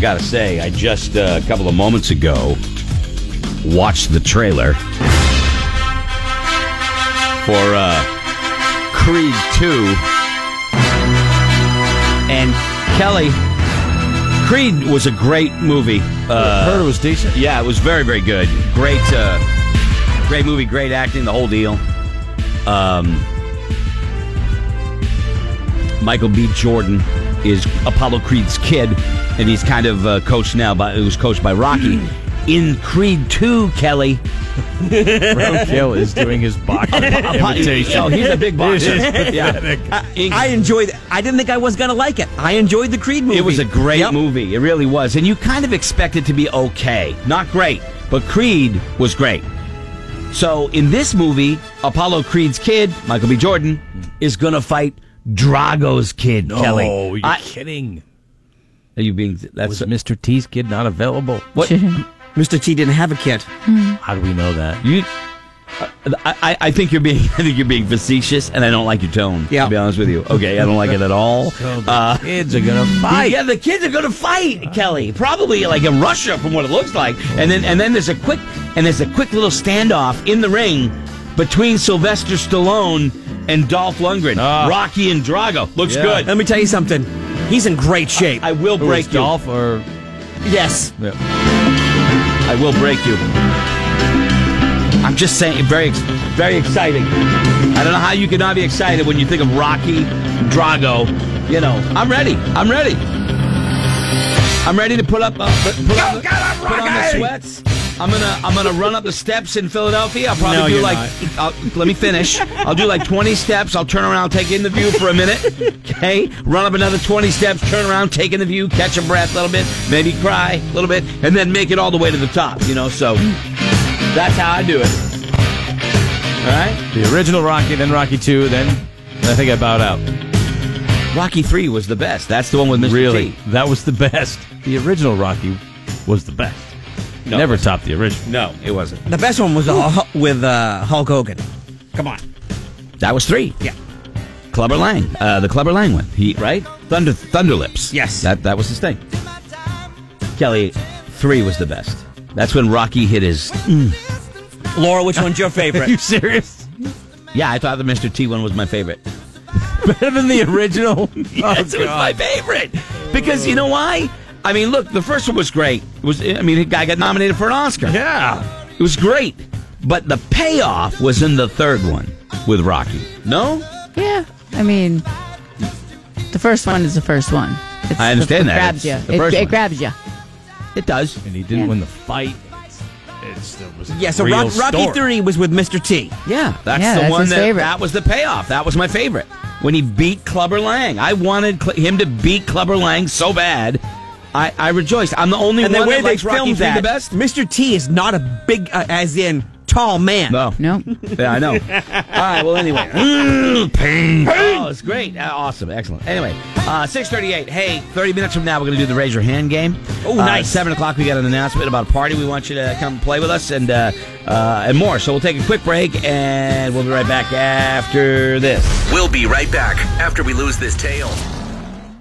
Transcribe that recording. got to say, I just uh, a couple of moments ago watched the trailer for uh, Creed 2. And Kelly, Creed was a great movie. Uh, Heard it was decent. yeah, it was very, very good. Great, uh, great movie, great acting, the whole deal. Um, Michael B. Jordan is Apollo Creed's kid, and he's kind of uh, coached now by who's coached by Rocky. In Creed Two, Kelly, Roadkill is doing his boxing imitation. Oh, he's a big boxer. yeah, Uh, in- I enjoyed. I didn't think I was going to like it. I enjoyed the Creed movie. It was a great Yep. movie. It really was. And you kind of expect it to be okay. Not great, but Creed was great. So in this movie, Apollo Creed's kid, Michael B. Jordan, is going to fight Drago's kid, Kelly. Oh, you're I- kidding. are you being. That's. Was Mr. T's kid not available? what? Mr. T didn't have a kid. How do we know that? You. I, I, I think you're being I think you're being facetious, and I don't like your tone. Yeah. to be honest with you. Okay, I don't like it at all. Uh, Kids are gonna Fight. fight. Yeah, the kids are going to fight, Kelly. Probably like in Russia, from what it looks like. And then and then there's a quick and there's a quick little standoff in the ring between Sylvester Stallone and Dolph Lundgren, Ah. Rocky and Drago. Looks Yeah. Um, good. Let me tell you something. He's in great shape. I will Who break was you. Dolph or yes. I will break you. I'm just saying, very ex- very exciting. I don't know how you could not be excited when you think of Rocky, Drago. You know, I'm ready. I'm ready. I'm ready to put up, uh, put, put up the- put on the sweats. I'm gonna I'm gonna run up the steps in Philadelphia. I'll probably No, do you're like I'll, let me finish. I'll do like 20 steps. I'll turn around, take in the view for a minute. Okay, run up another 20 steps, turn around, take in the view, catch a breath a little bit, maybe cry a little bit, and then make it all the way to the top. You know, so that's how I do it. All right. the original Rocky, then Rocky Two, then I think I bowed out. Rocky Three was the best. That's the one with Mr. Really, T. that was the best. The original Rocky was the best. No, Never topped the original. No, it wasn't. The best one was uh, Hu- with uh, Hulk Hogan. Come on. That was three. Yeah. Clubber Lang, uh, the Clubber Lang one, he right? Thunder Thunderlips. Yes. that that was his thing. Kelly, three was the best. That's when Rocky hit his. Laura, which one's your favorite? Are you serious? Yeah, I thought the Mr. T one was my favorite. Better than the original? yes, it was my favorite because you know why? I mean, look, the first one was great. It was I mean, the guy got nominated for an Oscar. yeah. It was great, but the payoff was in the third one with Rocky. No, Yeah, I mean, the first one is the first one. It's I understand it that. It's Grabs you. the first it, one. it grabs you. it does. And he didn't win the fight. It's, it was a yeah, so real Rock, Rocky story. 3 was with Mr. T. Yeah, that's Yeah, the that's one his that favorite. that was the payoff. That was my favorite when he beat Clubber Lang. I wanted Cl- him to beat Clubber Lang so bad. I, I rejoiced. I'm the only And the one way that they likes Rocky filmed III that, the best. Mr. T is not a big, uh, as in tall man. No, No. yeah, I know. All right. Well, anyway, Mm, pain. Oh, it's great. Uh, awesome. Excellent. Anyway, uh, six thirty-eight. Hey, thirty minutes from now, we're going to do the raise your hand game. Oh, Uh, nice. Seven o'clock, we got an announcement about a party. We want you to come play with us and uh, uh, and more. So we'll take a quick break, and we'll be right back after this. We'll be right back after we lose this tail.